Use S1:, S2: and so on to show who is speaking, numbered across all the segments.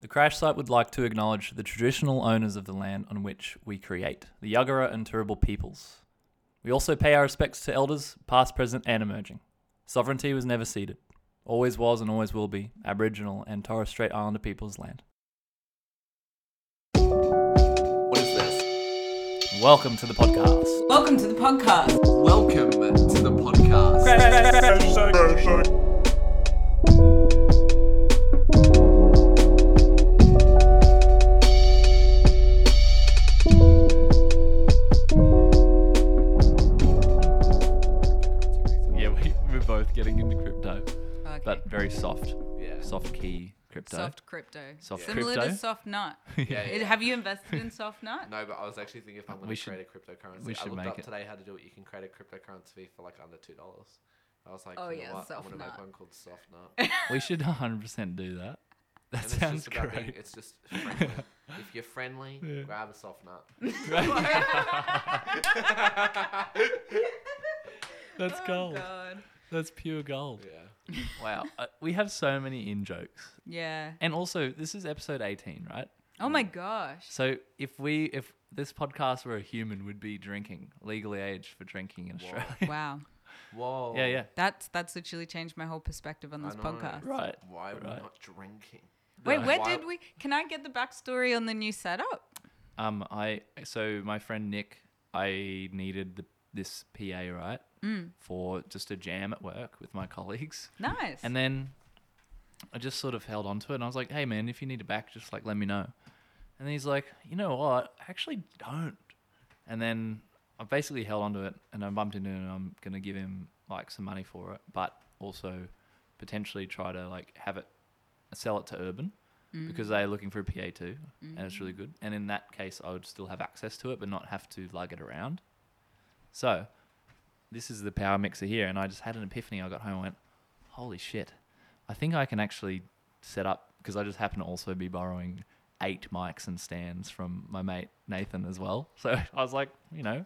S1: The crash site would like to acknowledge the traditional owners of the land on which we create, the Yuggera and Turrbal peoples. We also pay our respects to elders, past, present, and emerging. Sovereignty was never ceded, always was and always will be Aboriginal and Torres Strait Islander peoples' land.
S2: What is this?
S1: Welcome to the podcast.
S3: Welcome to the podcast.
S2: Welcome to the podcast.
S1: Yeah, we, we're both getting into crypto,
S3: Okay.
S1: but very soft,
S2: Yeah.
S1: soft key crypto.
S3: soft crypto.
S1: Soft
S3: Similar
S1: crypto?
S3: to soft nut.
S2: Yeah,
S3: It-
S2: yeah.
S3: Have you invested in soft nut?
S2: No, but I was actually thinking if I'm going
S1: We
S2: to
S1: should-
S2: create a cryptocurrency,
S1: we
S2: I
S1: should
S2: looked
S1: make
S2: up
S1: it.
S2: today how to do it. You can create a cryptocurrency for like under two dollars. I was like,
S3: Oh,
S2: you know
S3: yeah,
S2: what? I'm
S3: soft
S2: going to make
S3: nut.
S2: one called Soft Nut. And
S1: We should 100% do that. That
S2: it's
S1: sounds
S2: just about
S1: great.
S2: being- it's just friendly. if you're friendly, grab a soft nut.
S1: That's
S3: Oh,
S1: gold.
S3: God.
S1: That's pure gold.
S2: Yeah.
S1: Wow. Uh, we have so many in jokes.
S3: Yeah.
S1: And also, this is episode 18, right?
S3: Oh my gosh.
S1: So if we if this podcast were a human, we'd be drinking legally aged for drinking in Australia.
S3: Wow.
S2: Whoa.
S1: yeah, yeah.
S3: That's that's literally changed my whole perspective on
S2: I
S3: this
S2: know.
S3: podcast.
S1: Right.
S2: Why are we
S1: Right.
S2: not drinking?
S3: Wait,
S1: No.
S3: where
S2: Why-
S3: did we? Can I get the backstory on the new setup?
S1: Um, I so my friend Nick, I needed the, this PA right for just a jam at work with my colleagues,
S3: Nice.
S1: and then I just sort of held on to it, and I was like, "Hey man, if you need a back, just like let me know." And he's like, "You know what? I actually don't." And then I basically held onto it, and I bumped into him, and I'm gonna give him like some money for it, but also potentially try to like have it sell it to Urban because they're looking for a PA too, and it's really good. And in that case, I would still have access to it, but not have to lug it around. So, this is the power mixer here, and I just had an epiphany. I got home and went, "Holy shit! I think I can actually set up because I just happen to also be borrowing eight mics and stands from my mate Nathan as well." So I was like, you know,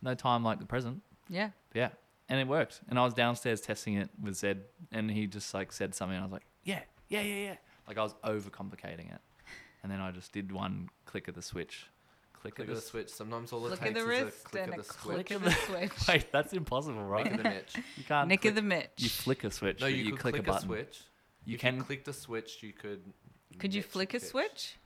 S1: no time like the present.
S3: yeah.
S1: Yeah. And it worked. And I was downstairs testing it with Zed and he just like said something and I was like, Yeah, yeah, yeah, yeah. Like I was overcomplicating it. And then I just did one click of the switch. Click,
S2: Click
S1: of
S2: of
S1: the
S2: the
S1: switch.
S2: switch. Sometimes all it
S3: Look at
S2: takes
S3: the
S2: is a
S3: wrist
S2: click
S3: and
S2: of
S3: a
S2: the switch.
S3: click of the switch.
S1: Wait, that's impossible, right?
S2: Click of the Mitch.
S1: You can't
S3: Nick
S1: click,
S3: of the Mitch.
S1: you flick a switch.
S2: No,
S1: but
S2: you, could click, a,
S1: button.
S2: switch.
S1: You
S2: if
S1: can
S2: you click the switch. You could.
S3: Could you
S2: Mitch
S3: flick a
S2: pitch.
S3: switch?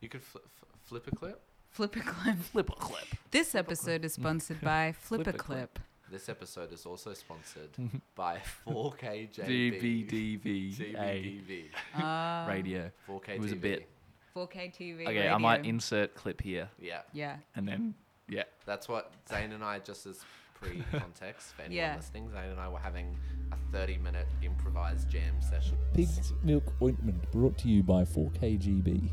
S2: You could fl- f- flip a clip.
S3: Flip a clip.
S1: flip a clip.
S3: This episode is sponsored by Flip a
S1: Flip a clip.
S3: Clip.
S2: This episode is also sponsored by 4K JB
S1: DBDVA
S2: JBDV.
S3: Ah,
S1: radio.
S2: 4K
S1: It was a
S2: TV.
S1: bit.
S3: 4K TV.
S1: Okay, I might
S3: radio.
S1: insert clip here
S2: Yeah,
S3: Yeah.
S1: and then yeah.
S2: that's what Zane and I just as pre-context for anyone
S3: Yeah.
S2: listening. Zane and I were having a 30-minute improvised jam session.
S4: Pig's Milk Ointment brought to you by 4KGB.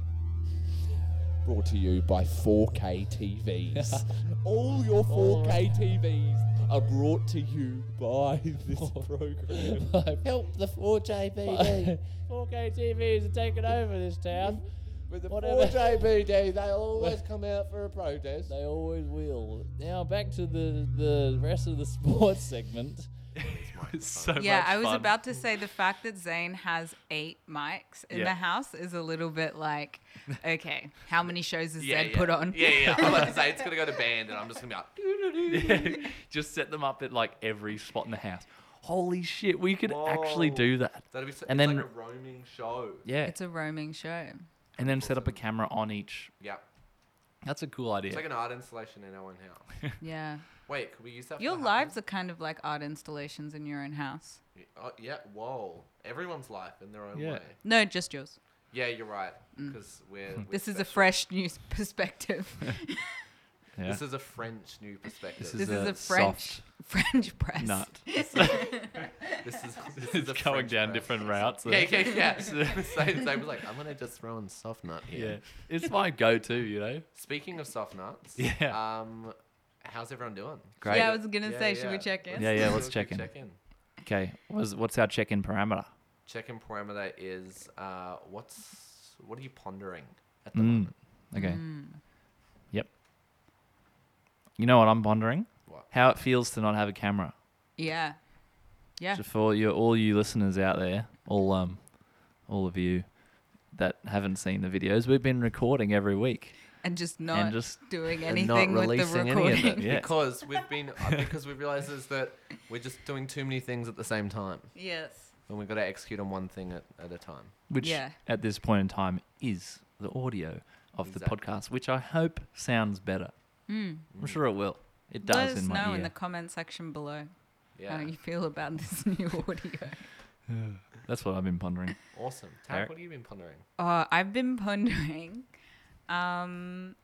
S4: Brought to you by 4K TVs. All your
S5: Oh.
S4: 4K TVs are brought to you by this program. Help the 4JBD.
S5: 4K TVs are taking over this town.
S4: With the
S5: Whatever.
S4: 4JBD, they always come out for a protest.
S5: They always will. Now back to the the rest of the sports segment.
S1: It's so
S3: Yeah,
S1: much
S3: I was
S1: fun.
S3: about to say the fact that Zane has eight mics in
S1: Yeah.
S3: the house is a little bit like, okay, how many shows has
S2: Yeah,
S3: Zed
S2: yeah.
S3: put on?
S2: Yeah, yeah. I'm about to say it's gonna go to band, and I'm just gonna be like,
S1: just set them up at like every spot in the house. Holy shit, we could actually do that.
S2: that'll be so,
S1: And
S2: it's
S1: then-
S2: like a roaming show.
S1: Yeah.
S3: It's a roaming show.
S1: and then set up a camera on each.
S2: Yeah,
S1: That's a cool idea.
S2: it's like an art installation in our own house.
S3: Yeah.
S2: Wait, could we use that? for
S3: Your
S2: the
S3: lives are kind of like art installations in your own house.
S2: Hutton? Oh, yeah. Whoa. Everyone's life in their own
S1: Yeah.
S2: way.
S3: No, just yours.
S2: Yeah, you're right. Because we're, we're
S3: Mm. This is a
S2: special.
S3: fresh new s- perspective.
S1: yeah.
S2: This is a French new perspective.
S3: This is
S1: a
S3: a French
S1: soft
S3: French press.
S1: nut.
S2: This is this is
S1: it's
S2: a
S1: going
S2: French
S1: down
S2: press.
S1: different routes.
S2: Yeah, yeah, yeah. Same, same was like, I'm gonna just throw in soft nut here.
S1: Yeah. It's my go to, you know?
S2: Speaking of soft nuts,
S1: Yeah.
S2: Um, how's everyone doing?
S1: Great.
S3: Yeah, I was gonna say, should we check in?
S1: Yeah, yeah, let's
S2: do a
S1: check
S2: quick
S1: in.
S2: Check in.
S1: Okay. What's, what's our check in parameter?
S2: Check in parameter is uh, what's what are you pondering at the
S1: Mm.
S2: moment?
S1: Okay. Yep. You know what I'm pondering?
S2: What?
S1: How it feels to not have a camera.
S3: Yeah. Yeah.
S1: So for you, all you listeners out there, all um, all of you that haven't seen the videos, we've been recording every week.
S3: and just not
S1: just-
S3: doing
S6: and not
S3: anything with the
S6: releasing any of it.
S3: recording.
S1: Yeah.
S2: Because we've been uh, because we've realised is that we're just doing too many things at the same time,
S3: yes.
S2: and we've got to execute on one thing at, at a time.
S1: Which
S3: Yeah.
S1: at this point in time is the audio of
S2: Exactly.
S1: the podcast, which I hope sounds better.
S3: Mm.
S1: I'm sure it will. It does
S3: Let us
S1: in my
S3: know
S1: ear.
S3: in the comment section below
S2: Yeah,
S3: how you feel about this new audio.
S1: That's what I've been pondering.
S2: awesome.
S1: Alright.
S2: Tarek, what have you been pondering?
S3: Oh, I've been pondering. Um,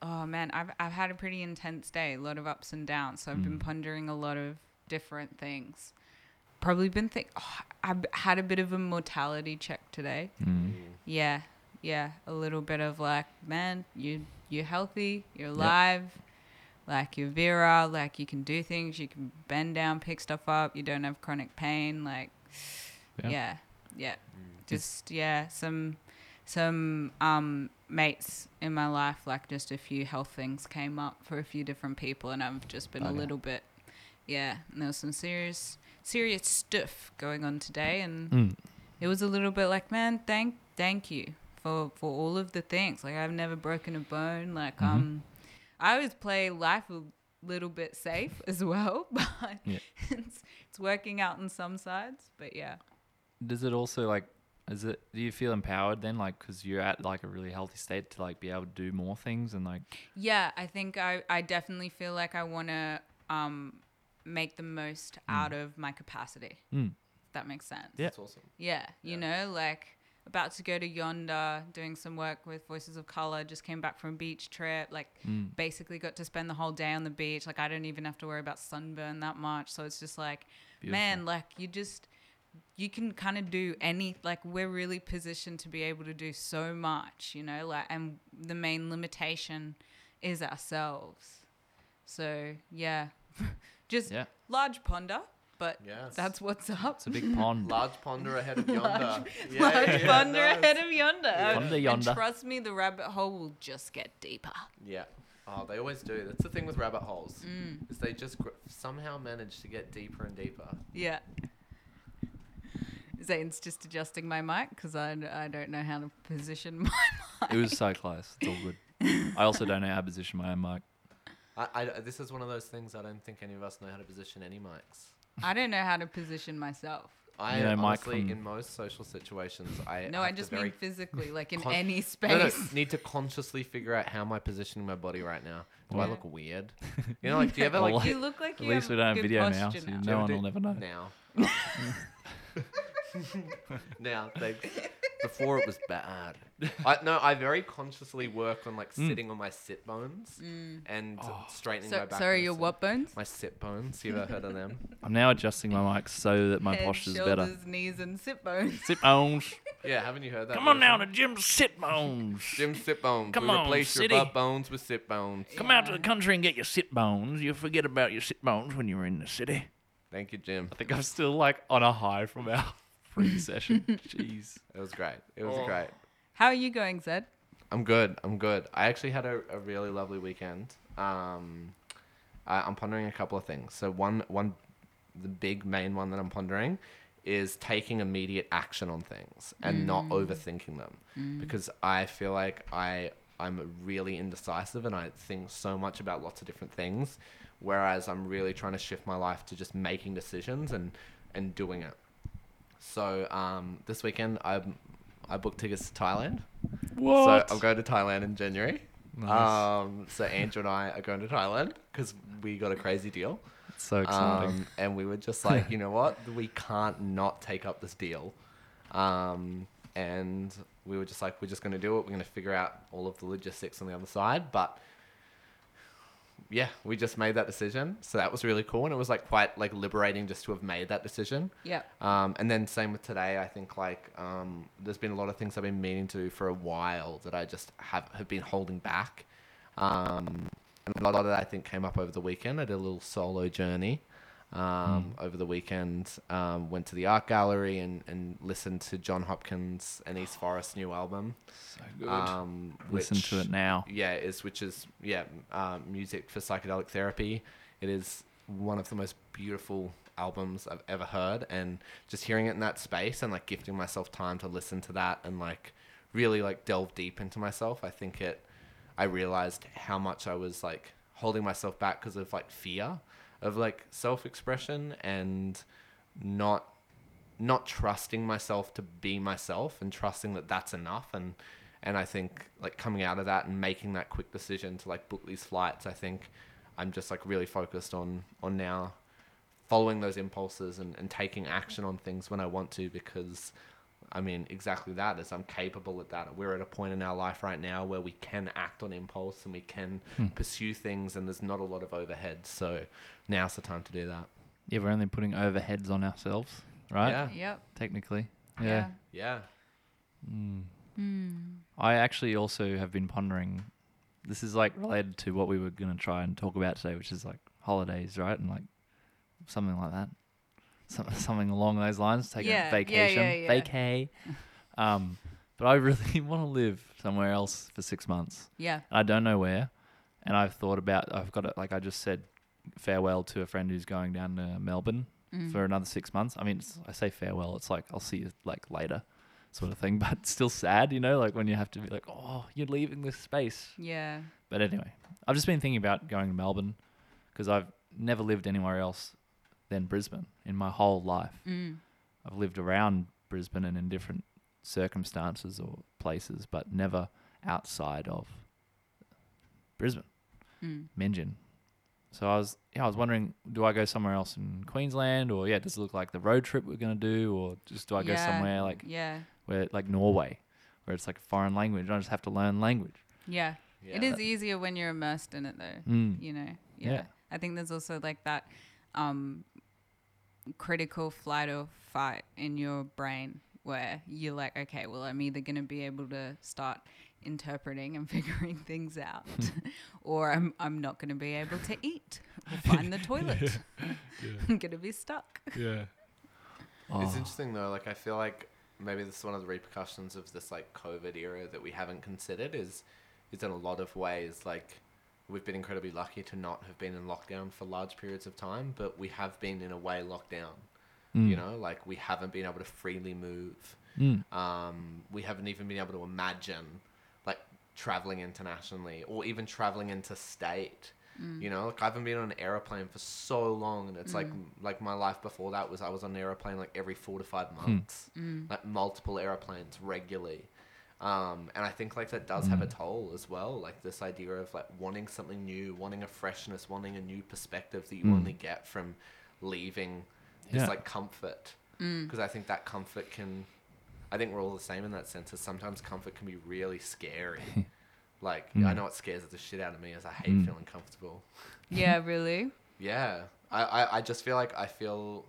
S3: oh man, I've I've had a pretty intense day, a lot of ups and downs. So I've been
S1: Mm.
S3: pondering a lot of different things. Probably been think. Oh, I've had a bit of a mortality check today.
S1: Mm.
S3: Yeah, yeah, a little bit of like, man, you you're healthy, you're alive. Like you're virile, like you can do things, you can bend down, pick stuff up, you don't have chronic pain, like
S1: Yeah.
S3: yeah. yeah. Just yeah, some some um mates in my life, like just a few health things came up for a few different people and I've just been a
S6: Bugger.
S3: little bit yeah, and there was some serious serious stuff going on today and
S1: Mm.
S3: it was a little bit like, man, thank thank you for for all of the things. Like I've never broken a bone. Like
S1: Mm-hmm.
S3: um, I always play life a little bit safe as well, but
S1: Yeah.
S3: it's it's working out on some sides. But yeah,
S1: Does it also like? Is it? Do you feel empowered then, like, because you're at like a really healthy state to like be able to do more things and like?
S3: yeah, I think I I definitely feel like I want to um make the most out of my capacity.
S1: Mm.
S3: If that makes sense.
S1: Yeah.
S2: That's awesome.
S3: Yeah, you know, like about to go to Yonder, doing some work with Voices of Color, just came back from a beach trip, like basically got to spend the whole day on the beach. Like I don't even have to worry about sunburn that much. So it's just like, man, like you just you can kind of do any like we're really positioned to be able to do so much, you know, like and the main limitation is ourselves. So, yeah. just
S1: Yeah.
S3: large ponder, but
S2: Yes.
S3: that's what's up
S1: It's a big pond.
S2: Large ponder ahead of yonder. yeah,
S3: large
S2: yeah,
S3: ponder
S2: no,
S3: ahead of yonder.
S1: Ponder
S3: And
S1: yonder.
S3: trust me, the rabbit hole will just get deeper.
S2: Yeah. Oh, they always do. That's the thing with rabbit holes.
S3: Mm.
S2: Is they just gr- somehow manage to get deeper and deeper.
S3: Yeah. Zane's just adjusting my mic because I, I don't know how to position my mic.
S1: It was so close. It's all good. I also don't know how to position my own mic.
S2: I, I- this is one of those things I don't think any of us know how to position any mics.
S3: I don't know how to position myself.
S2: I
S1: You know, mic
S2: honestly,
S1: from-
S2: in most social situations, I
S3: No, I
S2: have to
S3: just
S2: very
S3: mean physically, like in
S2: con-
S3: any
S2: No, no,
S3: space.
S2: need to consciously figure out how am I positioning my body right now. Do I
S3: Yeah.
S2: look weird? You know, like do you ever like
S1: Well,
S3: you look
S1: At
S3: like you
S1: least
S3: have
S1: we don't have
S3: good
S1: video now,
S3: posture
S1: so
S3: now.
S2: Do you
S1: no
S2: ever
S1: one
S2: do-
S1: will never know.
S2: now? now, thanks. Before it was bad. I no, I very consciously work on like
S1: Mm.
S2: sitting on my sit bones and
S1: Oh.
S2: straightening my
S3: Mm. So,
S2: back.
S3: sorry,
S2: muscle.
S3: your what bones?
S2: My sit bones. You ever heard of them?
S1: I'm now adjusting my mic so that my
S3: Head,
S1: posture's
S3: shoulders,
S1: better.
S3: knees, and sit bones.
S1: Sit bones.
S2: Yeah, haven't you heard that?
S1: Come on now to
S2: Madison?
S1: Jim Sit Bones.
S2: Jim sit bones.
S1: Come
S2: we
S1: on,
S2: replace
S1: city.
S2: your butt bones with sit bones.
S1: Come out to the country and get your sit bones. You forget about your sit bones when you're in the city.
S2: Thank you, Jim.
S1: I think I'm still like on a high from our pre session. Jeez.
S2: It was great. It was great.
S3: How are you going, Zed?
S2: I'm good. I'm good. I actually had a, a really lovely weekend. Um, I, I'm pondering a couple of things. So one one, the big main one that I'm pondering is taking immediate action on things and not overthinking them because I feel like I I'm really indecisive and I think so much about lots of different things, whereas I'm really trying to shift my life to just making decisions and and doing it. So um, this weekend I I booked tickets to Thailand.
S1: What?
S2: So I'm going to Thailand in January.
S1: Nice.
S2: Um, so Andrew and I are going to Thailand because we got a crazy deal.
S1: so exciting.
S2: Um, and we were just like, you know what? We can't not take up this deal. Um, and we were just like, we're just going to do it. We're going to figure out all of the logistics on the other side. But yeah, we just made that decision. So that was really cool. And it was like quite like liberating just to have made that decision.
S3: Yep.
S2: Um, and then same with today. I think like um, there's been a lot of things I've been meaning to do for a while that I just have have been holding back. Um, and a lot of that I think came up over the weekend. I did a little solo journey um,
S1: Hmm.
S2: over the weekend. Um, went to the art gallery and, and listened to John Hopkins and East Forest's new album.
S1: so good.
S2: Um,
S1: Listen to
S2: which-
S1: it now.
S2: yeah, is which is yeah, um, music for psychedelic therapy. It is one of the most beautiful albums I've ever heard, and just hearing it in that space and like gifting myself time to listen to that and like really like delve deep into myself. I think it. I realized how much I was like holding myself back because of like fear of like self expression and not not trusting myself to be myself and trusting that that's enough and and I think like coming out of that and making that quick decision to like book these flights I think I'm just like really focused on on now following those impulses and, and taking action on things when I want to because I mean exactly that is I'm capable at that we're at a point in our life right now where we can act on impulse and we can pursue things and there's not a lot of overhead so now's the time to do that
S1: Yeah, we're only putting overheads on ourselves, right?
S2: yeah
S3: Yep.
S1: Technically. Yeah.
S3: Yeah.
S2: yeah
S1: I actually also have been pondering. This is like related to what we were going to try and talk about today, which is like holidays, right? And like something like that. Some, something along those lines, taking
S3: Yeah, yeah,
S1: a vacation.
S3: yeah, yeah.
S1: Vacay. um, but I really want to live somewhere else for six months.
S3: Yeah.
S1: and I don't know where. And I've thought about I've got it like I just said farewell to a friend who's going down to Melbourne for another six months. I mean, it's, I say farewell. It's like I'll see you like later, sort of thing. But it's still sad, you know, like when you have to be like, oh, you're leaving this space.
S3: Yeah.
S1: But anyway, I've just been thinking about going to Melbourne because I've never lived anywhere else than Brisbane in my whole life.
S3: Mm.
S1: I've lived around Brisbane and in different circumstances or places, but never outside of Brisbane,
S3: Mm.
S1: Mingin. So I was, yeah, I was wondering, do I go somewhere else in Queensland, or yeah, does it look like the road trip we're gonna do, or just do I go
S3: Yeah.
S1: somewhere like
S3: Yeah.
S1: where like Norway, where it's like a foreign language, and I just have to learn language.
S3: Yeah.
S2: yeah
S3: It is easier when you're immersed in it, though.
S1: Mm.
S3: You know. Yeah.
S1: Yeah.
S3: I think there's also like that um, critical flight or fight in your brain where you're like, okay, well, I'm either going to be able to start interpreting and figuring things out, or I'm I'm not going to be able to eat or find the toilet. I'm going to be stuck.
S6: Yeah.
S2: It's
S1: Oh.
S2: interesting though. Like I feel like maybe this is one of the repercussions of this like COVID era that we haven't considered is is in a lot of ways like we've been incredibly lucky to not have been in lockdown for large periods of time, but we have been in a way locked down. You know, like we haven't been able to freely move. Um, we haven't even been able to imagine like traveling internationally or even traveling into state. You know, like I haven't been on an aeroplane for so long, and it's like like my life before that was I was on an aeroplane like every four to five months, like multiple aeroplanes regularly. Um, and I think like that does have a toll as well. Like this idea of like wanting something new, wanting a freshness, wanting a new perspective that you only get from leaving this
S1: Yeah.
S2: like comfort. Because I think that comfort can, I think we're all the same in that sense. Is sometimes comfort can be really scary. like I know it scares the shit out of me as I hate feeling comfortable.
S3: Yeah, really.
S2: Yeah, I, I, I just feel like I feel,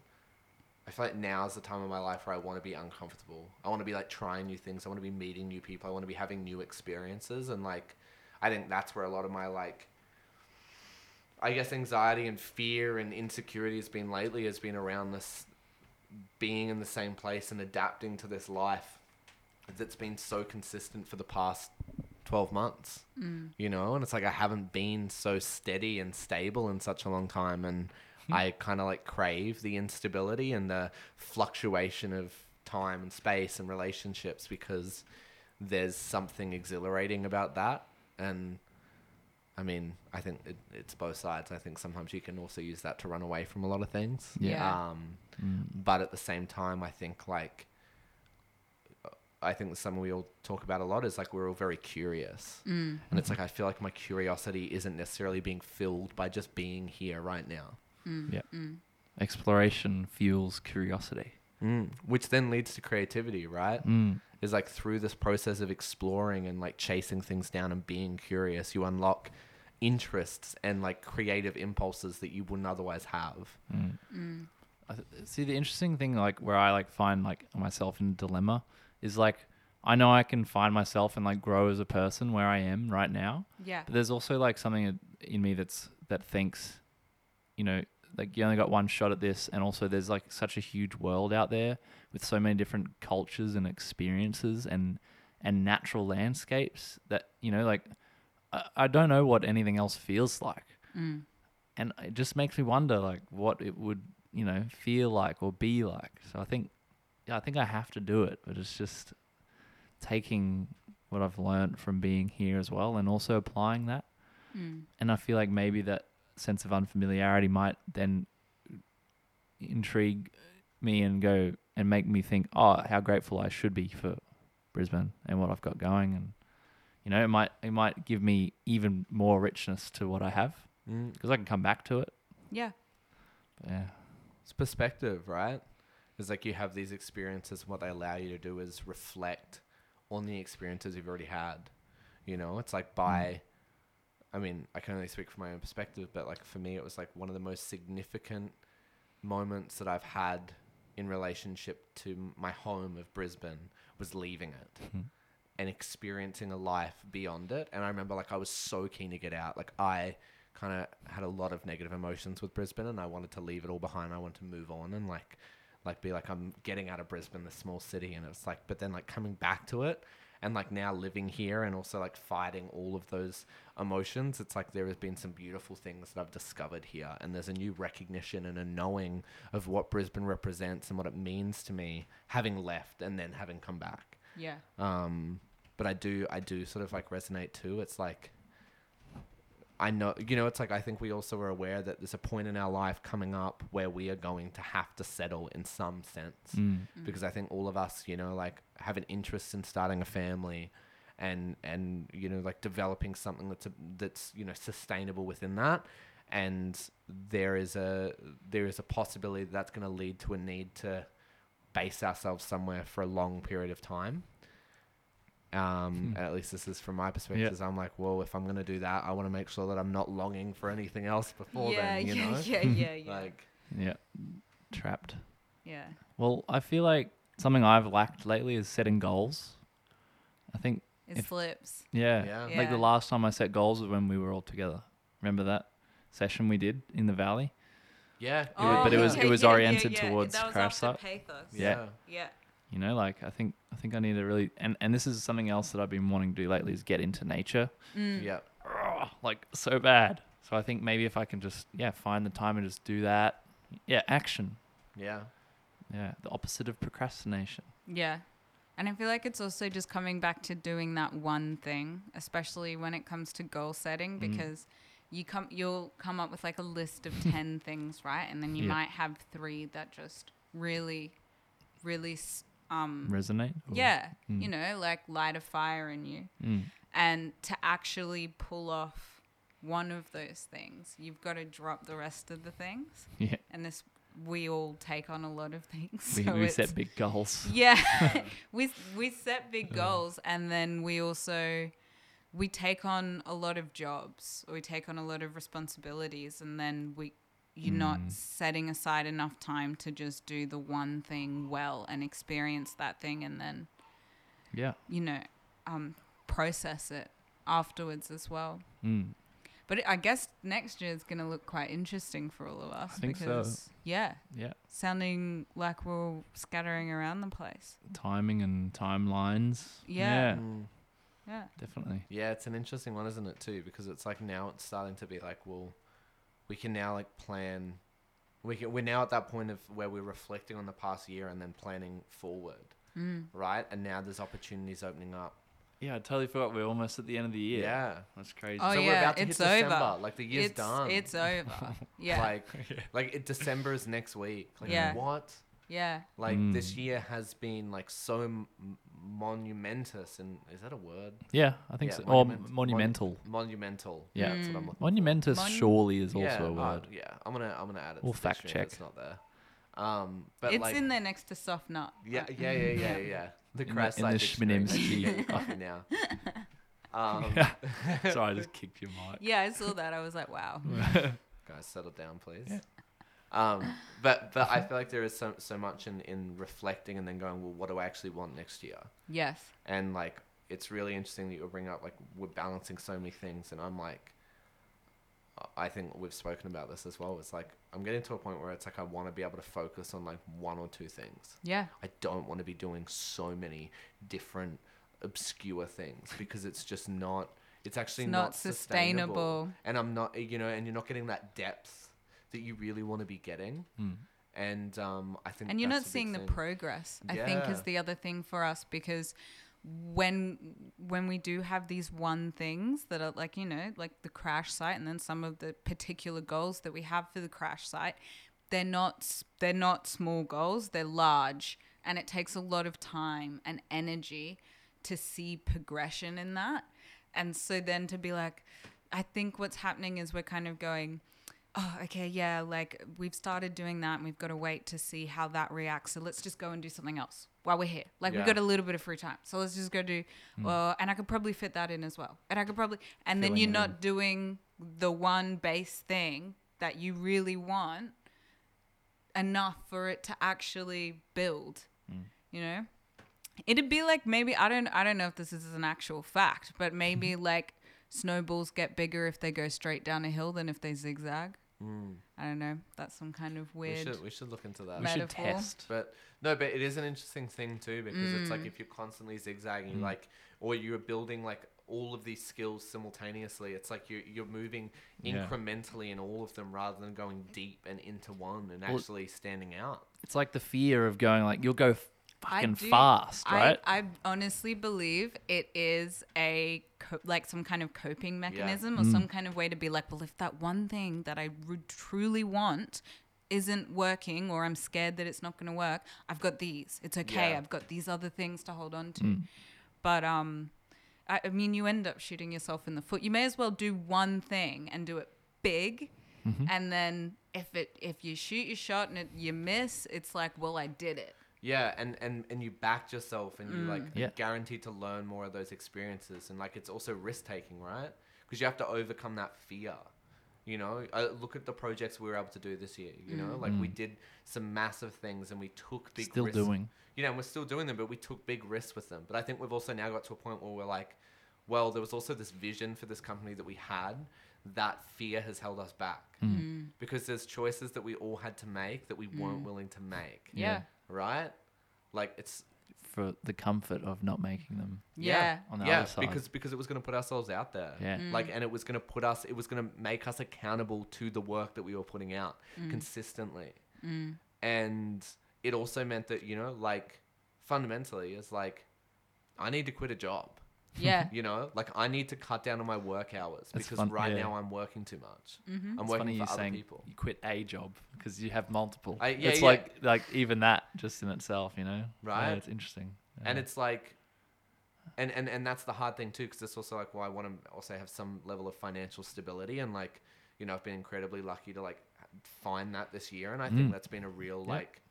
S2: I feel like now's the time of my life where I want to be uncomfortable. I want to be like trying new things. I want to be meeting new people. I want to be having new experiences. And like, I think that's where a lot of my like, I guess anxiety and fear and insecurity has been lately has been around this being in the same place and adapting to this life that's been so consistent for the past 12 months you know and it's like i haven't been so steady and stable in such a long time and i kind of like crave the instability and the fluctuation of time and space and relationships because there's something exhilarating about that and i mean i think it, it's both sides i think sometimes you can also use that to run away from a lot of things
S3: Yeah.
S2: um but at the same time i think like I think that's something we all talk about a lot is like we're all very curious. Mm. And it's like I feel like my curiosity isn't necessarily being filled by just being here right now.
S1: Yeah. Oh, Exploration fuels curiosity.
S2: Mm. Which then leads to creativity, right?
S1: Mm.
S2: Is like through this process of exploring and like chasing things down and being curious, you unlock interests and like creative impulses that you wouldn't otherwise have.
S1: Mm. I th- see the interesting thing like where i like find like myself in a dilemma is like i know i can find myself and like grow as a person where i am right now
S3: Yeah.
S1: but there's also like something in me that's that thinks you know like you only got one shot at this and also there's like such a huge world out there with so many different cultures and experiences and and natural landscapes that you know like i, I don't know what anything else feels like and it just makes me wonder like what it would you know, feel like or be like. So I think, yeah, I think I have to do it, but it's just taking what I've learned from being here as well and also applying that.
S3: Mm.
S1: And I feel like maybe that sense of unfamiliarity might then intrigue me and go and make me think, oh, how grateful I should be for Brisbane and what I've got going, and you know, it might it might give me even more richness to what I have
S2: Mm.
S1: because I can come back to it.
S3: Yeah.
S1: Yeah.
S2: It's perspective, right? It's like you have these experiences, and what they allow you to do is reflect on the experiences you've already had. You know, it's like by, I mean, I can only speak from my own perspective, but like for me, it was like one of the most significant moments that I've had in relationship to m- my home of Brisbane was leaving it and experiencing a life beyond it. And I remember like I was so keen to get out. Like I kind of had a lot of negative emotions with Brisbane and I wanted to leave it all behind. I wanted to move on and like like be like I'm getting out of Brisbane, the small city and it's like but then like coming back to it and like now living here and also like fighting all of those emotions it's like there has been some beautiful things that i've discovered here and there's a new recognition and a knowing of what brisbane represents and what it means to me having left and then having come back
S3: Yeah.
S2: um but i do i do sort of like resonate too it's like i know you know it's like i think we also are aware that there's a point in our life coming up where we are going to have to settle in some sense
S1: Mm.
S2: because i think all of us you know like have an interest in starting a family and and you know like developing something that's a, that's you know sustainable within that and there is a there is a possibility that's going to lead to a need to base ourselves somewhere for a long period of time. Um,
S1: Hmm.
S2: At least this is from my perspective. is I'm like, well, if I'm going to do that, I want to make sure that I'm not longing for anything else before
S3: yeah,
S2: then. You
S3: yeah,
S2: know,
S3: yeah, yeah, yeah,
S2: like
S1: Yeah. Trapped.
S3: yeah.
S1: Well, I feel like something I've lacked lately is setting goals. I think
S3: It
S1: If-
S3: slips.
S1: yeah.
S2: yeah,
S3: Yeah.
S1: Like the last time I set goals was when we were all together. Remember that session we did in the valley?
S2: yeah,
S1: It was-
S3: Oh,
S1: but it was-
S3: yeah,
S1: it was
S3: yeah, yeah,
S1: oriented
S3: yeah.
S1: towards
S3: that was
S1: crash
S3: after
S1: site.
S3: Pathos.
S1: Yeah.
S3: Yeah.
S1: you know like i think i think i need to really and and this is something else that i've been wanting to do lately is get into nature
S2: yeah,
S3: Mm.
S1: Ugh, like so bad so i think maybe if i can just yeah find the time and just do that yeah action
S2: yeah.
S1: yeah the opposite of procrastination
S3: Yeah. And I feel like it's also just coming back to doing that one thing, especially when it comes to goal setting,
S1: Mm-hmm.
S3: because you come you'll come up with like a list of ten things, right? And then you
S1: Yeah.
S3: might have three that just really, really, s- um,
S1: resonate Or-
S3: yeah,
S1: Mm.
S3: you know, like light a fire in you.
S1: mm.
S3: and to actually pull off one of those things, you've got to drop the rest of the things.
S1: yeah
S3: And this, we all take on a lot of things.
S1: we,
S3: so
S1: we
S3: it's-
S1: set big goals
S3: Yeah, we we set big goals, and then we also we take on a lot of jobs, or we take on a lot of responsibilities, and then we you're not
S1: Mm.
S3: setting aside enough time to just do the one thing well and experience that thing, and then
S1: yeah
S3: you know, um, process it afterwards as well.
S1: mm.
S3: But I guess next year is going to look quite interesting for all of us
S1: think so.
S3: because, yeah,
S1: yeah
S3: sounding like we're scattering around the place.
S1: timing and timelines
S3: Yeah.
S2: Mm.
S3: Yeah.
S1: definitely
S2: Yeah, it's an interesting one, isn't it, too? Because it's like now it's starting to be like, well, we can now like plan. We can, we're now at that point of where we're reflecting on the past year and then planning forward,
S3: Mm.
S2: right? And now there's opportunities opening up.
S1: yeah i totally forgot we're almost at the end of the year
S2: yeah.
S1: that's crazy
S3: Oh,
S2: so
S3: yeah.
S2: we're about to
S3: it's
S2: hit December.
S3: over.
S2: Like the year's
S3: It's,
S2: done.
S3: it's over. Yeah.
S2: Like, like it, December is next week. Like
S3: Yeah.
S2: what?
S3: yeah.
S2: Like
S1: Mm.
S2: this year has been like so m- monumentous, and is that a word?
S1: yeah i think
S2: Yeah,
S1: so Oh, or
S2: monument-
S1: monumental
S2: Monumental.
S1: Yeah.
S2: that's what I'm looking.
S1: monumentous
S3: Mon-
S1: surely is also
S2: yeah,
S1: a
S2: uh,
S1: word
S2: yeah, I'm gonna I'm gonna add it.
S1: We'll
S2: to the
S1: fact
S2: dictionary if
S1: check.
S2: It's not there. Um, but
S3: it's
S2: like,
S3: in there next to soft nut.
S2: Yeah, yeah, yeah, yeah, yeah. The
S1: In the-
S2: crash
S1: in the
S2: site dictionary,
S1: Schminim
S2: I should get
S1: ski.
S2: it up now. Um,
S1: Sorry, I just kicked your mic.
S3: Yeah, I saw that. I was like, wow.
S2: guys settle down please um but but i feel like there is so, so much in in reflecting and then going well what do i actually want next year
S3: yes.
S2: and like it's really interesting that you bring up like we're balancing so many things and i'm like I- i think we've spoken about this as well it's like i'm getting to a point where it's like i want to be able to focus on like one or two things
S3: Yeah.
S2: I don't want to be doing so many different obscure things because it's just not it's actually
S3: It's
S2: not,
S3: not
S2: sustainable.
S3: sustainable.
S2: and I'm not you know and you're not getting that depth that you really want to be getting And um, I think
S3: and you're
S2: that's
S3: not
S2: a big
S3: seeing the
S2: thing.
S3: progress i think is
S2: Yeah.
S3: the other thing for us because when when we do have these one things that are like you know like the crash site and then some of the particular goals that we have for the crash site they're not s- they're not small goals they're large and it takes a lot of time and energy to see progression in that and so then to be like i think what's happening is we're kind of going oh, okay, yeah, like we've started doing that and we've got to wait to see how that reacts. So let's just go and do something else while we're here. Like
S2: Yeah. Hmm.
S3: we've got a little bit of free time. So let's just go do, well, and I could probably fit that in as well. And I could probably, and then
S2: Filling
S3: you're
S2: it
S3: not doing the one base thing that you really want enough for it to actually build, you know? It'd be like maybe I don't I don't know if this is an actual fact, but maybe like snowballs get bigger if they go straight down a hill than if they zigzag. I don't know. That's some kind of
S2: We
S3: weird.
S2: should we should look into that.
S1: We should
S3: Metaphor.
S1: test.
S2: But no, but it is an interesting thing too because it's
S1: Mm.
S2: like if you're constantly zigzagging, like, or you're building like all of these skills simultaneously, it's like you're you're moving
S1: Yeah.
S2: incrementally in all of them rather than going deep and into one and
S1: Well-
S2: actually standing out.
S1: It's like the fear of going like you'll go f-
S3: I
S1: fucking
S3: do-
S1: fast,
S3: I-
S1: right?
S3: I, honestly believe it is a co- like some kind of coping mechanism or
S1: Mm.
S3: some kind of way to be like, well, if that one thing that I re- truly want isn't working or I'm scared that it's not going to work, I've got these. It's okay.
S2: Yeah.
S3: I've got these other things to hold on to.
S1: Mm.
S3: But um, I, I mean, you end up shooting yourself in the foot. You may as well do one thing and do it big,
S1: Mm-hmm.
S3: and then if it if you shoot your shot and it, you miss, it's like, well, I did it.
S2: Yeah, and and and you backed yourself, and you like
S1: Mm. Yeah.
S2: guaranteed to learn more of those experiences, and like it's also risk taking, right? Because you have to overcome that fear. You know, I look at the projects we were able to do this year. You know, like we did some massive things, and we took big
S1: Mm. Still
S2: risks.
S1: doing.
S2: You know, and we're still doing them, but we took big risks with them. But I think we've also now got to a point where we're like, well, there was also this vision for this company that we had. That fear has held us back
S1: Mm.
S2: because there's choices that we all had to make that we weren't willing to make
S1: Yeah.
S2: right? Like it's
S1: For the comfort of not making them.
S3: Yeah.
S2: yeah,
S1: On the
S2: yeah,
S1: other side.
S2: because because it was going to put ourselves out there,
S3: Mm-hmm.
S1: Yeah. Mm.
S2: Like, and it was going to put us, it was going to make us accountable to the work that we were putting out consistently,
S3: mm.
S2: and it also meant that you know, like, fundamentally, it's like, I need to quit a job.
S3: Yeah.
S2: You know, like I need to cut down on my work hours
S1: That's
S2: because
S1: fun-
S2: right
S1: yeah.
S2: now I'm working too much. I'm
S3: Mm-hmm.
S1: It's
S2: working
S1: funny
S2: for
S1: you
S2: other
S1: saying
S2: people.
S1: you quit a job because you have multiple.
S2: I- yeah,
S1: it's
S2: yeah.
S1: like like even that just in itself, you know. Yeah,
S2: Right.
S1: it's interesting.
S2: and
S1: Yeah.
S2: it's like and and and that's the hard thing too because it's also like well i want to also have some level of financial stability and like you know i've been incredibly lucky to like find that this year and i think that's been a real
S1: Hmm. Yeah.
S2: like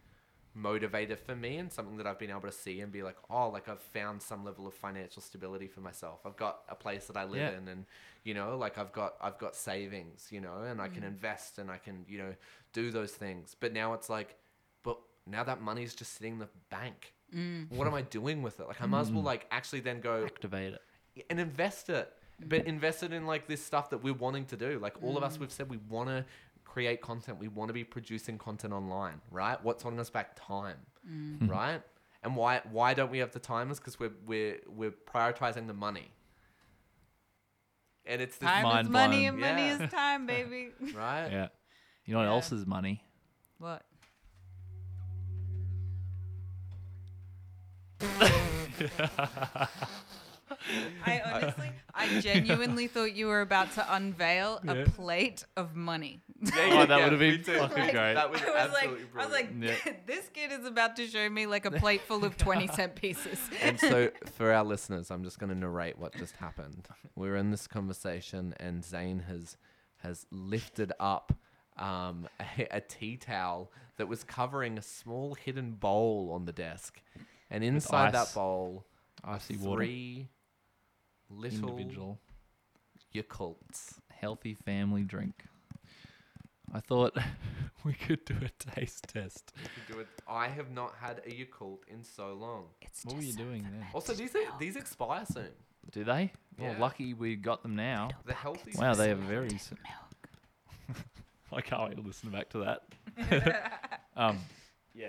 S2: motivator for me and something that i've been able to see and be like oh like i've found some level of financial stability for myself i've got a place that i live
S1: Yeah.
S2: in and you know like i've got i've got savings you know and i
S1: Hmm.
S2: can invest and i can you know do those things but now it's like but now that money's just sitting in the bank
S3: Mm.
S2: what am I doing with it? Like I might as well
S1: Mm.
S2: like actually then go
S1: activate it.
S2: and invest it, but invest it in like this stuff that we're wanting to do. Like all of
S3: Mm.
S2: us, we've said we want to create content, we want to be producing content online, right? What's holding us back? Time,
S3: Mm.
S1: Hmm.
S2: right? And why why don't we have the time? Is because we're we're we're prioritizing the money. And it's this
S3: Time is
S1: mind
S3: money
S1: blown.
S3: and money
S2: Yeah.
S3: is time, baby.
S2: right.
S1: Yeah. You know what
S3: Yeah.
S1: else is money?
S3: what? I honestly, I genuinely thought you were about to unveil a plate of money.
S1: Oh, that would've been fucking great.
S2: That was,
S3: I was like,
S2: absolutely
S3: I was
S2: brilliant.
S3: like, this kid is about to show me like a plate full of twenty cent pieces.
S2: and so for our listeners, I'm just going to narrate what just happened. We were in this conversation, and Zane has has lifted up um, a, a tea towel that was covering a small hidden bowl on the desk, and inside
S1: ice.
S2: that bowl,
S1: Icy water.
S2: three little
S1: Individual
S2: Yakults.
S1: healthy family drink. I thought we could do a taste test.
S2: Do it. I have not had a Yakult in so long.
S3: It's
S1: What were you
S3: just
S1: doing there?
S2: Also, these are, these expire soon.
S1: Do they?
S2: Yeah.
S1: Well, lucky we got them now.
S2: The healthy.
S1: Wow, they are very. s- I can't wait to listen back to that. um, yeah.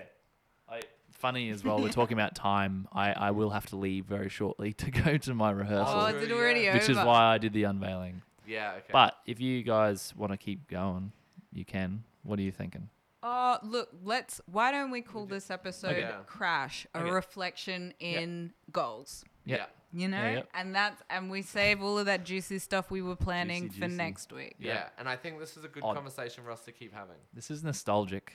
S1: I, funny as well, we're talking about time. I, I will have to leave very shortly to go to my
S3: Oh,
S1: rehearsal,
S3: is it already over?
S1: which is why I did the unveiling.
S2: Yeah. Okay.
S1: But if you guys want to keep going, you can. What are you thinking?
S3: Oh, look, let's. Why don't we call this episode
S2: Okay.
S3: Crash, a
S1: Okay.
S3: reflection in goals?
S1: Yeah.
S3: You know?
S1: yep.
S3: And that's. And we save all of that juicy stuff we were planning
S1: Juicy,
S3: for
S1: juicy.
S3: next week.
S2: yeah, And I think this is a good
S1: Odd.
S2: conversation for us to keep having.
S1: This is nostalgic.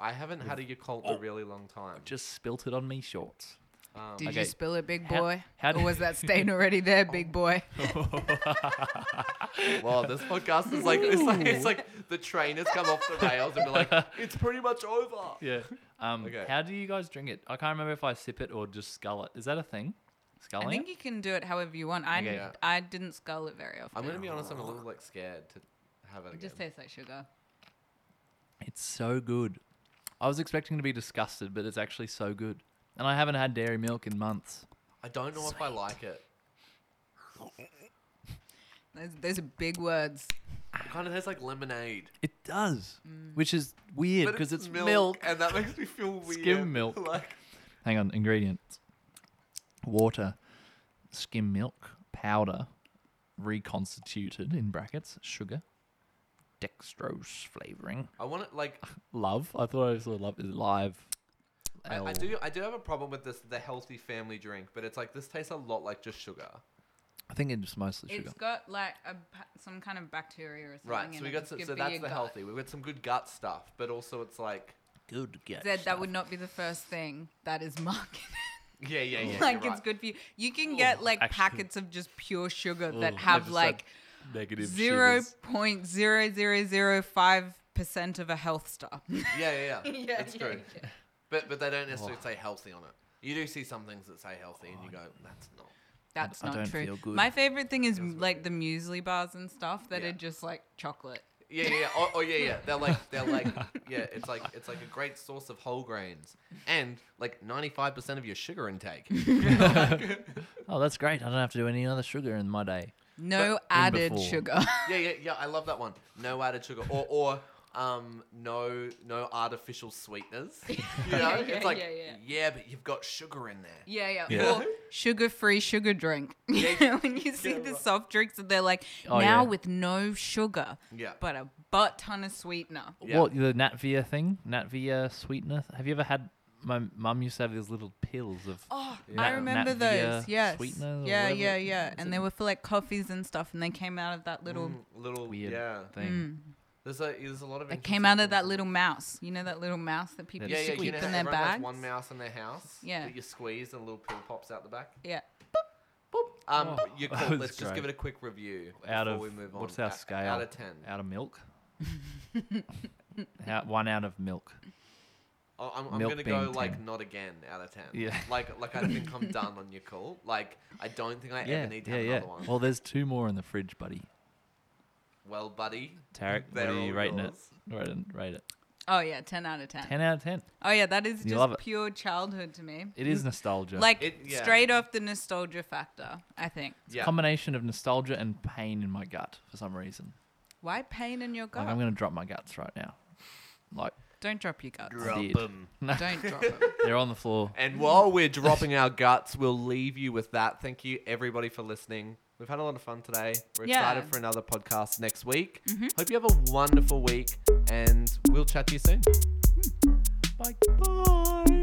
S2: I haven't had a Yakult
S1: Oh.
S2: in a really long time.
S1: Just spilt it on me shorts.
S2: Um,
S3: Did
S1: Okay.
S3: you spill it, big
S1: How-
S3: boy?
S1: how
S3: or
S1: did-
S3: was that stain already there,
S2: Oh,
S3: big boy?
S2: Well, this podcast is like it's like it's like the train has come off the rails and we're like, it's pretty much over.
S1: Yeah. Um,
S2: Okay.
S1: How do you guys drink it? I can't remember if I sip it or just scull it. Is that a thing? Sculling
S3: I think
S1: it?
S3: you can do it however you want. I,
S1: Okay.
S2: Yeah.
S3: I didn't scull it very often.
S2: I'm gonna be honest, I'm a little like scared to have it
S3: It just
S2: again.
S3: tastes like sugar.
S1: It's so good. I was expecting to be disgusted, but it's actually so good. And I haven't had dairy milk in months.
S2: I don't know if I like it.
S3: Those, those are big words.
S2: It kind of tastes like lemonade,
S1: It does, which is weird
S2: But
S1: because it's, milk.
S2: and that makes me feel weird.
S1: Skim milk.
S2: Like
S1: Hang on, ingredients: water, skim milk powder, reconstituted in brackets, sugar, dextrose flavoring.
S2: I want it like
S1: Love. I thought I saw love is live.
S2: I, I
S1: L.
S2: do. I do have a problem with this the healthy family drink, but it's like this tastes a lot like just sugar.
S1: I think it's mostly sugar.
S3: It's got like a, pa- some kind of bacteria or something.
S2: Right.
S3: in
S2: So we
S3: it.
S2: got
S3: This
S2: some,
S3: could
S2: so
S3: be
S2: that's
S3: your
S2: the
S3: gut.
S2: healthy. We got some good gut stuff, but also it's like
S1: good. Get
S3: Zed, that would not be the first thing that is marketed.
S2: yeah, yeah, yeah.
S3: like
S2: you're
S3: it's
S2: right.
S3: good for you. You can get like
S1: actually-
S3: packets of just pure sugar that
S1: Ugh, I
S3: have
S1: just
S3: like
S1: had negative
S3: zero
S1: shivers.
S3: point zero zero zero five percent of a health star.
S2: Yeah, yeah, yeah.
S3: Yeah,
S2: it's
S3: yeah,
S2: true. But but they don't necessarily
S1: Oh.
S2: say healthy on it. You do see some things that say healthy, and you go, that's not.
S3: That's
S1: I
S3: not
S1: don't
S3: true.
S1: feel good.
S3: My favorite thing is like the muesli bars and stuff that
S2: Yeah.
S3: are just like chocolate.
S2: Yeah, yeah, yeah. Oh, oh, yeah, yeah. They're like, they're like, yeah. It's like, it's like a great source of whole grains and like ninety-five percent of your sugar intake.
S1: Oh, that's great. I don't have to do any other sugar in my day.
S3: No added
S1: before.
S3: sugar.
S2: Yeah, yeah, yeah. I love that one. No added sugar, or or um, no no artificial sweeteners. You know,
S3: Yeah, yeah,
S2: it's like
S3: yeah, yeah.
S2: but you've got sugar in there.
S3: yeah, yeah.
S1: Yeah.
S3: Or sugar-free sugar drink.
S2: Yeah.
S3: when you see
S2: Yeah,
S3: the
S2: right.
S3: soft drinks and they're like
S1: Oh, yeah.
S3: now with no sugar,
S2: Yeah.
S3: but a butt ton of sweetener.
S2: Yeah.
S1: What the Natvia thing? Natvia sweetener. Have you ever had? My mum used to have these little pills of.
S3: Oh,
S1: Nat-
S3: I remember
S1: Natvia
S3: those. Yes.
S1: sweeteners or
S3: yeah,
S1: whatever
S3: yeah,
S1: it-
S3: yeah.
S1: is it-
S3: And they were for like coffees and stuff, and they came out of that little.
S2: Mm, little
S1: weird
S2: Yeah.
S1: thing.
S2: There's a there's a lot of.
S3: They came
S2: interesting
S3: out of that
S2: things.
S3: little mouse. You know that little mouse that people
S2: Yeah,
S3: used
S2: yeah.
S3: to
S2: You
S3: keep
S2: know
S3: in
S2: how
S3: their
S2: everyone has
S3: bags.
S2: one mouse in their house.
S3: Yeah.
S2: That you squeeze and a little pill pops out the back.
S3: Yeah.
S2: Um,
S1: Oh,
S2: you
S1: that
S2: cool.
S1: was
S2: Let's just
S1: great.
S2: give it a quick review
S3: Mm.
S1: Out
S2: before
S1: of
S2: we move on.
S1: what's our
S2: O-
S1: scale?
S2: Out of ten.
S1: Out of milk. out, one out of milk.
S2: Oh, I'm, I'm
S1: Milk
S2: gonna
S1: being
S2: go like
S1: 10.
S2: not again out of ten.
S1: Yeah.
S2: Like like I think I'm done on your call. Like I don't think I
S1: yeah,
S2: ever need to
S1: yeah,
S2: have
S1: yeah.
S2: another one.
S1: Well, there's two more in the fridge, buddy.
S2: Well, buddy,
S1: Tarek, what
S2: They're
S1: are you
S2: all
S1: rating
S2: yours.
S1: it? Rate it. Rate it.
S3: Oh yeah, ten out of ten.
S1: Ten out of ten.
S3: Oh yeah, that is
S1: You love
S3: just
S1: it.
S3: pure childhood to me.
S1: It is nostalgia.
S3: Mm. Like
S2: It- yeah.
S3: straight off the nostalgia factor, I think.
S2: yeah.
S1: combination of nostalgia and pain in my gut for some reason.
S3: Why pain in your gut?
S1: Like I'm gonna drop my guts right now. Like
S3: Don't drop your guts.
S1: I did.
S3: Don't drop them.
S1: They're on the floor.
S2: And while we're dropping our guts, we'll leave you with that. Thank you, everybody, for listening. We've had a lot of fun today. We're
S3: Yeah.
S2: excited for another podcast next week. Hope you have a wonderful week, and we'll chat to you soon. Bye. Bye.